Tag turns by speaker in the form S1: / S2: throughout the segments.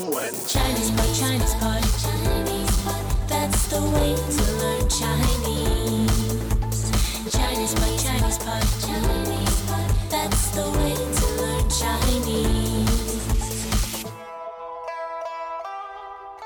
S1: Chinese pot, Chinese pot, Chinese pot. That's the way to learn Chinese. Chinese pot, Chinese pot, Chinese pot. That's the way to learn Chinese.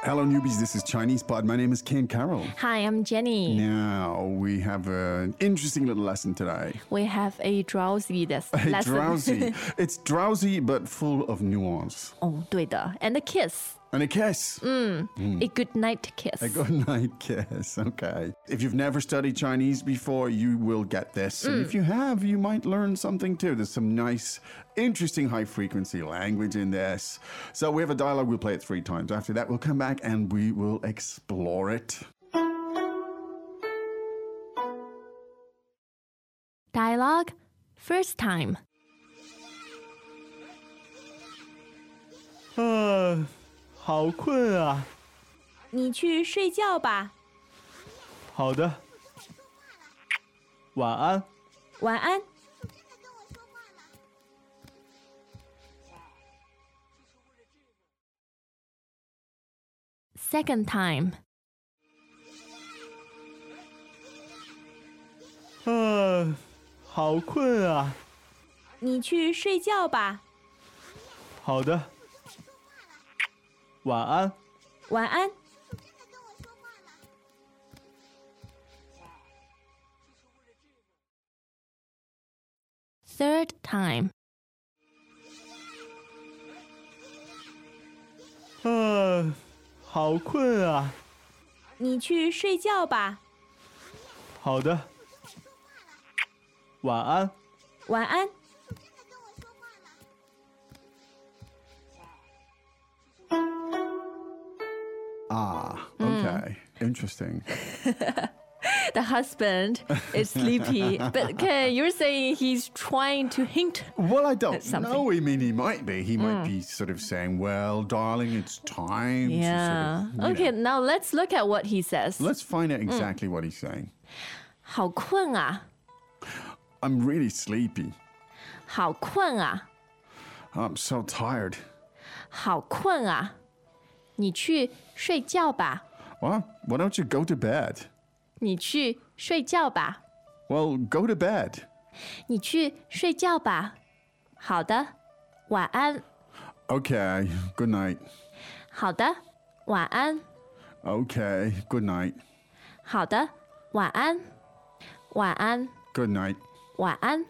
S2: Hello, newbies. This is Chinese Pod. My name is Ken Carroll.
S3: Hi, I'm Jenny.
S2: Now, we have an interesting little lesson today.
S3: We have a drowsy this
S2: Hey,
S3: lesson.
S2: drowsy. it's drowsy, but full of nuance.
S3: 哦，Oh, 对的，and a kiss,
S2: And a kiss.
S3: a good night kiss.
S2: Mm. A good night kiss. Okay. If you've never studied Chinese before, you will get this. And if you have, you might learn something too. There's some nice, interesting high frequency language in this. So we have a dialogue. We'll play it three times. After that, we'll come back and we will explore it.
S3: Dialogue, first time.
S4: 嗯，好困啊。
S5: 你去睡觉吧，
S4: 好的，晚安。
S5: 晚安。
S3: Second time.
S4: 嗯，好困啊。
S5: 你去睡觉吧，
S4: 好的，晚安。
S5: 晚安。
S3: Third time.
S4: 嗯，好困啊。
S5: 你去睡觉吧，
S4: 好的，晚安。
S5: 晚安。
S2: Ah, okay. Interesting.
S3: The husband is sleepy, but Ken, you're saying he's trying to hint.
S2: Well, I don't
S3: That's something. Hmm.
S2: know. I mean, he might be. He might be sort of saying, "Well, darling, it's time." to sort of,
S3: Yeah.
S2: you know.
S3: okay, Hmm. now let's look at what he says.
S2: Let's find out exactly what he's saying.
S3: 好困啊，
S2: I'm really sleepy.
S3: 好困啊，
S2: I'm so tired.
S3: 好困啊！你去睡觉吧，
S2: Well, why don't you go to bed?
S3: 你去睡觉吧。
S2: Well, go to bed.
S3: 你去睡觉吧。好的，晚安。
S2: Okay. Good night.
S3: 好的，晚安。
S2: Okay. Good night.
S3: 好的，晚安。晚安，
S2: Good night.
S3: 晚安，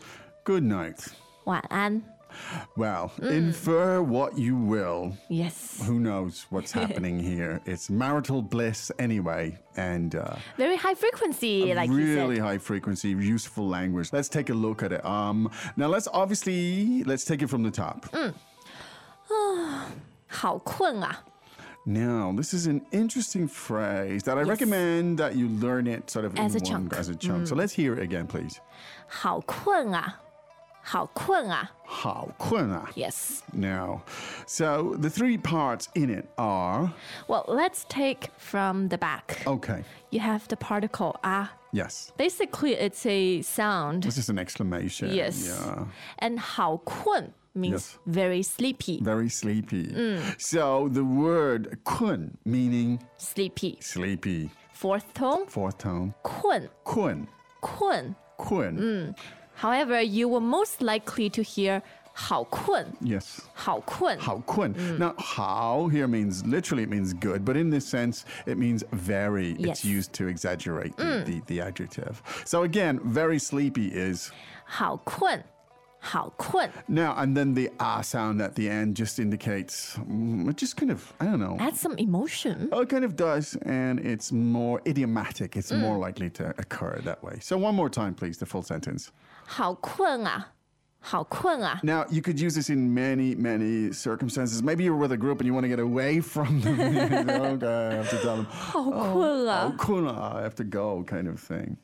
S2: Good night.
S3: 晚安。
S2: Well,
S3: Hmm.
S2: infer what you will.
S3: Yes,
S2: Who knows what's happening here? It's marital bliss anyway, and. Uh,
S3: very high frequency, like you
S2: really
S3: said.
S2: high frequency, useful language. Let's take a look at it. Um, now let's obviously let's take it from the top.
S3: Mm. 好困啊，
S2: Now this is an interesting phrase that I recommend that you learn it sort of
S3: As
S2: in
S3: a
S2: one,
S3: chunk. Mm.
S2: As a chunk. So let's hear it again, please.
S3: 好困啊，好困啊。
S2: How kuna.
S3: Yes.
S2: Now, so the three parts in it are
S3: Well, let's take from the back.
S2: okay.
S3: You have the particle ah.
S2: Yes,
S3: Basically, it's a sound.
S2: this is an exclamation.
S3: Yes.
S2: Yeah.
S3: And 好困 means
S2: Yes.
S3: very sleepy.
S2: Very sleepy.
S3: Mm.
S2: So the word kun meaning
S3: Sleepy.
S2: sleepy.
S3: Fourth tone,
S2: Fourth tone.
S3: 困
S2: Kun.
S3: 困。
S2: Kun.
S3: Mm. However, you will most likely to hear 好困
S2: Yes.
S3: 好困
S2: How kun. Now, how here means literally it means good, but in this sense, it means very. It's
S3: Yes.
S2: used to exaggerate the, the, the adjective. So again, very sleepy is
S3: 好困好困
S2: now, and then the ah sound at the end just indicates mm, it just kind of I don't know.
S3: Add some emotion.
S2: Oh, it kind of does, and it's more idiomatic. It's more likely to occur that way. So one more time, please, the full sentence.
S3: 好困啊好困啊
S2: Now, you could use this in many, many circumstances. Maybe you're with a group and you want to get away from them. okay, I have to tell them.
S3: 好困啊
S2: Kuna, Oh, I have to go, kind of thing.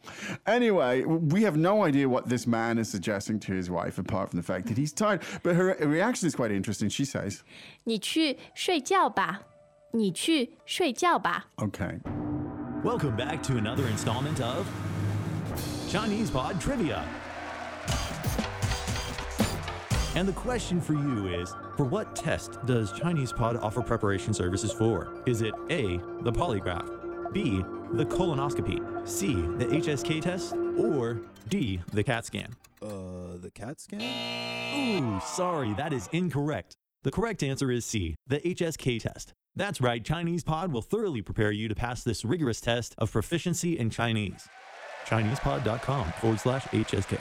S2: Anyway, we have no idea what this man is suggesting to his wife, apart from the fact that he's tired. But her reaction is quite interesting. She says,
S3: 你去睡觉吧你去睡觉吧
S2: Okay,
S6: Welcome back to another installment of Chinese Pod Trivia. And the question for you is For what test does Chinese Pod offer preparation services for? Is it A, the polygraph, B, the colonoscopy, C, the HSK test, or D, the CAT scan?
S7: Uh, the CAT scan?
S6: Ooh, sorry, that is incorrect. The correct answer is C, the HSK test. That's right, Chinese Pod will thoroughly prepare you to pass this rigorous test of proficiency in Chinese. ChinesePod.com forward slash HSK.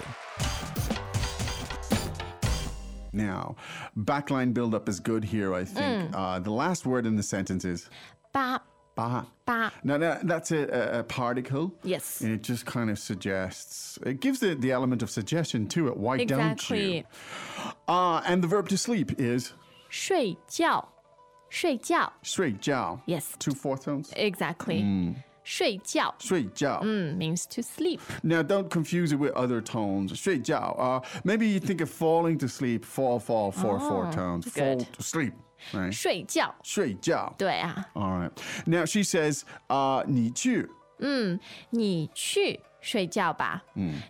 S2: Now, backline buildup is good here, I think.
S3: Mm.
S2: Uh, the last word in the sentence is
S3: 八
S2: ba.
S3: 八
S2: Now, that, that's a, a- a particle.
S3: Yes.
S2: And it just kind of suggests, it gives it the element of suggestion to it. Why don't you?
S3: exactly
S2: Uh, and the verb to sleep is
S3: 睡觉睡觉
S2: shui jiao.
S3: Yes.
S2: Two fourth tones.
S3: exactly 睡觉
S2: Shui jiao.
S3: mm, means to sleep
S2: Now, don't confuse it with other tones. Shui jiao. Uh, maybe you think of falling to sleep, fall, fall, four, four tones. Fall
S3: Oh, good.
S2: to sleep. Right?
S3: 睡觉
S2: Shui jiao.
S3: 对啊
S2: All right. Now, she says, uh, 你去.
S3: 你去睡觉吧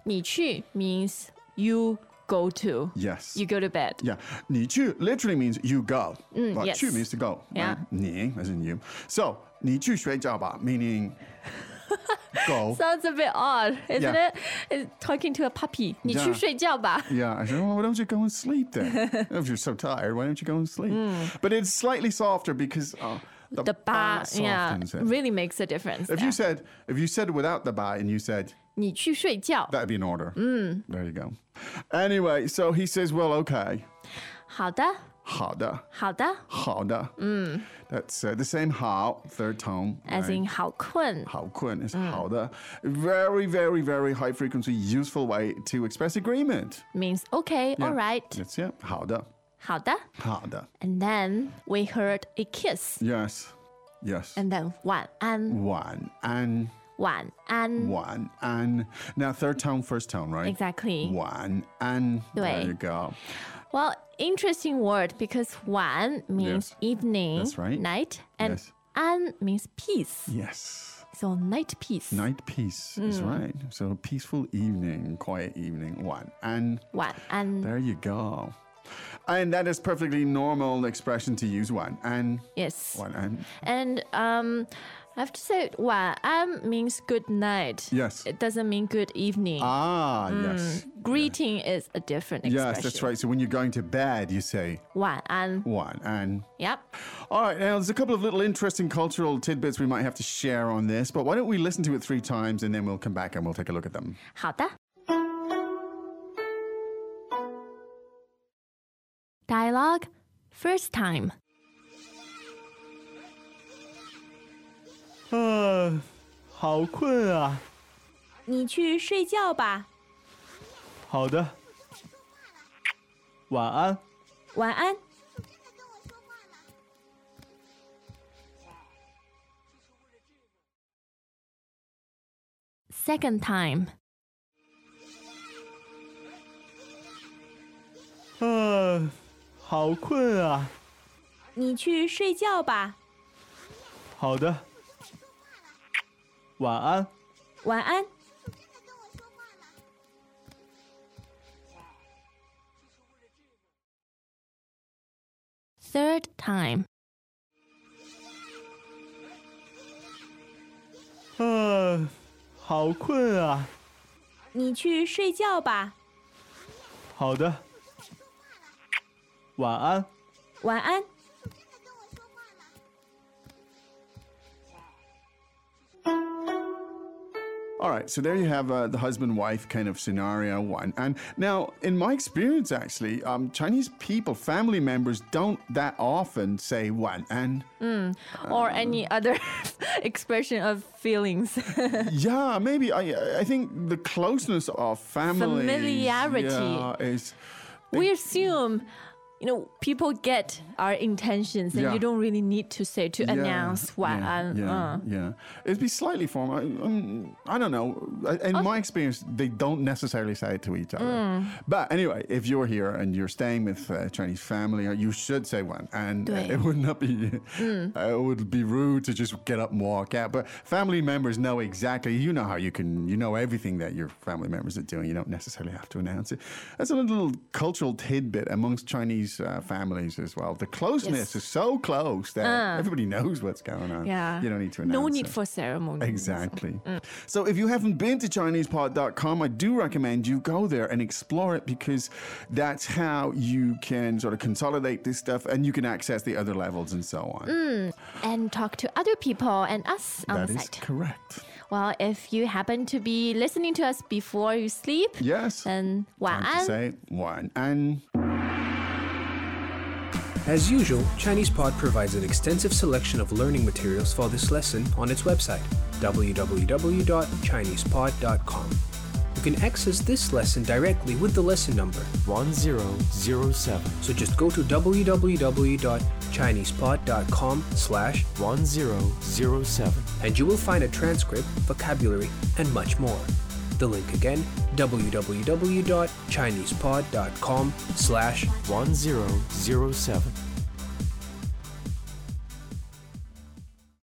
S3: 你去 means you go to
S2: Yes.
S3: you go to bed
S2: Yeah, 你去 literally means you go. but
S3: Mm, yes.
S2: 去 means to go.
S3: Yeah.
S2: Right? 你 as in you. So, 你去睡觉吧 meaning go.
S3: Sounds a bit odd, isn't
S2: Yeah.
S3: it? It's talking to a puppy. 你
S2: Yeah.
S3: 去睡觉吧。
S2: yeah, I said, well, why don't you go and sleep then? Oh, if you're so tired, why don't you go and sleep? But it's slightly softer because uh, the,
S3: Mm. The ba, yeah,
S2: softens it.
S3: really makes a difference.
S2: If
S3: there.
S2: you said if you said without the ba and you said
S3: 你去睡觉，
S2: that'd be an order.
S3: Mm.
S2: There you go. Anyway, so he says, well, okay,
S3: 好的，
S2: 好的,
S3: 好的
S2: 好的. That's uh, the same 好 third tone.
S3: Mm. ，as
S2: right?
S3: in Mm. 好困。
S2: 好困 is 好的. Very, very, very high frequency, useful way to express agreement.
S3: means okay, all right,
S2: That's it. 好的.
S3: 好的。
S2: 好的.
S3: And then we heard a kiss,
S2: Yes. Yes.
S3: and then 晚
S2: Mm。
S3: 安，
S2: one and
S3: 晚安
S2: one and now third tone, first tone, right?
S3: Exactly.
S2: One and there
S3: 对。
S2: you go.
S3: Well, interesting word because 晚 means
S2: Yes.
S3: evening,
S2: That's right.
S3: night, and
S2: Yes.
S3: 安 means peace.
S2: Yes.
S3: So night peace.
S2: Night peace is
S3: Hmm.
S2: right. So peaceful evening, quiet evening. One and
S3: 晚安
S2: there you go. And that is perfectly normal expression to use one and
S3: ，yes.
S2: one and
S3: And um, I have to say, 晚安 means good night.
S2: yes.
S3: It doesn't mean good evening.
S2: Ah, yes.
S3: Greeting is a different expression.
S2: Yes, that's right. So when you're going to bed, you say
S3: 晚安.
S2: one and.
S3: Yep.
S2: All right, now there's a couple of little interesting cultural tidbits we might have to share on this, but why don't we listen to it three times and then we'll come back and we'll take a look at them.
S3: 好的。Dialogue, first time.
S4: 啊，好困啊。
S5: 你去睡觉吧，
S4: 好的，晚安。
S5: 晚安。
S3: Second time.
S4: 啊，好困啊。
S5: 你去睡觉吧，
S4: 好的，晚安。
S5: 晚安。
S3: Third time.
S4: 啊，好困啊。
S5: 你去睡觉吧，
S4: 好的，晚安。
S5: 晚安。
S2: All right, so there you have uh, the husband wife kind of scenario one. And now, in my experience, actually, um, Chinese people, family members, don't that often say one. And
S3: Or any other expression of feelings.
S2: yeah, maybe I, I think the closeness of family
S3: Familiarity.
S2: yeah, is.
S3: we assume, you know, people get our intentions and
S2: Yeah.
S3: you don't really need to say to
S2: Yeah,
S3: announce 晚安.
S2: Yeah,
S3: uh.
S2: yeah. It'd be slightly formal. I, um, I don't know. I-
S3: Oh.
S2: In my experience, they don't necessarily say it to each other.
S3: Mm.
S2: But anyway, if you're here and you're staying with a Chinese family, uh, you should say one, and uh,
S3: Right.
S2: it would not be.
S3: Mm.
S2: uh, It would be rude to just get up and walk out. But family members know exactly. You know how you can. You know everything that your family members are doing. You don't necessarily have to announce it. That's a little cultural tidbit amongst Chinese Chinese uh, families as well. The closeness
S3: Yes. Uh.
S2: is so close that everybody knows what's going on.
S3: Yeah.
S2: You don't need to announce
S3: No need
S2: it.
S3: for ceremony.
S2: Exactly.
S3: Mm.
S2: So if you haven't been to ChinesePod.com, I do recommend you go there and explore it because that's how you can sort of consolidate this stuff and you can access the other levels and so on.
S3: And talk to other people and us Mm, on
S2: That
S3: the
S2: is
S3: site.
S2: correct.
S3: Well, if you happen to be listening to us before you sleep,
S2: Yes.
S3: then
S2: Time to
S3: 晚安。
S2: say one and
S8: As usual, ChinesePod provides an extensive selection of learning materials for this lesson on its website, www.chinesepod.com. You can access this lesson directly with the lesson number,
S9: 1007
S8: so just go to www.chinesepod.com slash
S9: 1007
S8: and you will find a transcript, vocabulary, and much more. The link again, www.chinesepod.com slash
S9: 1007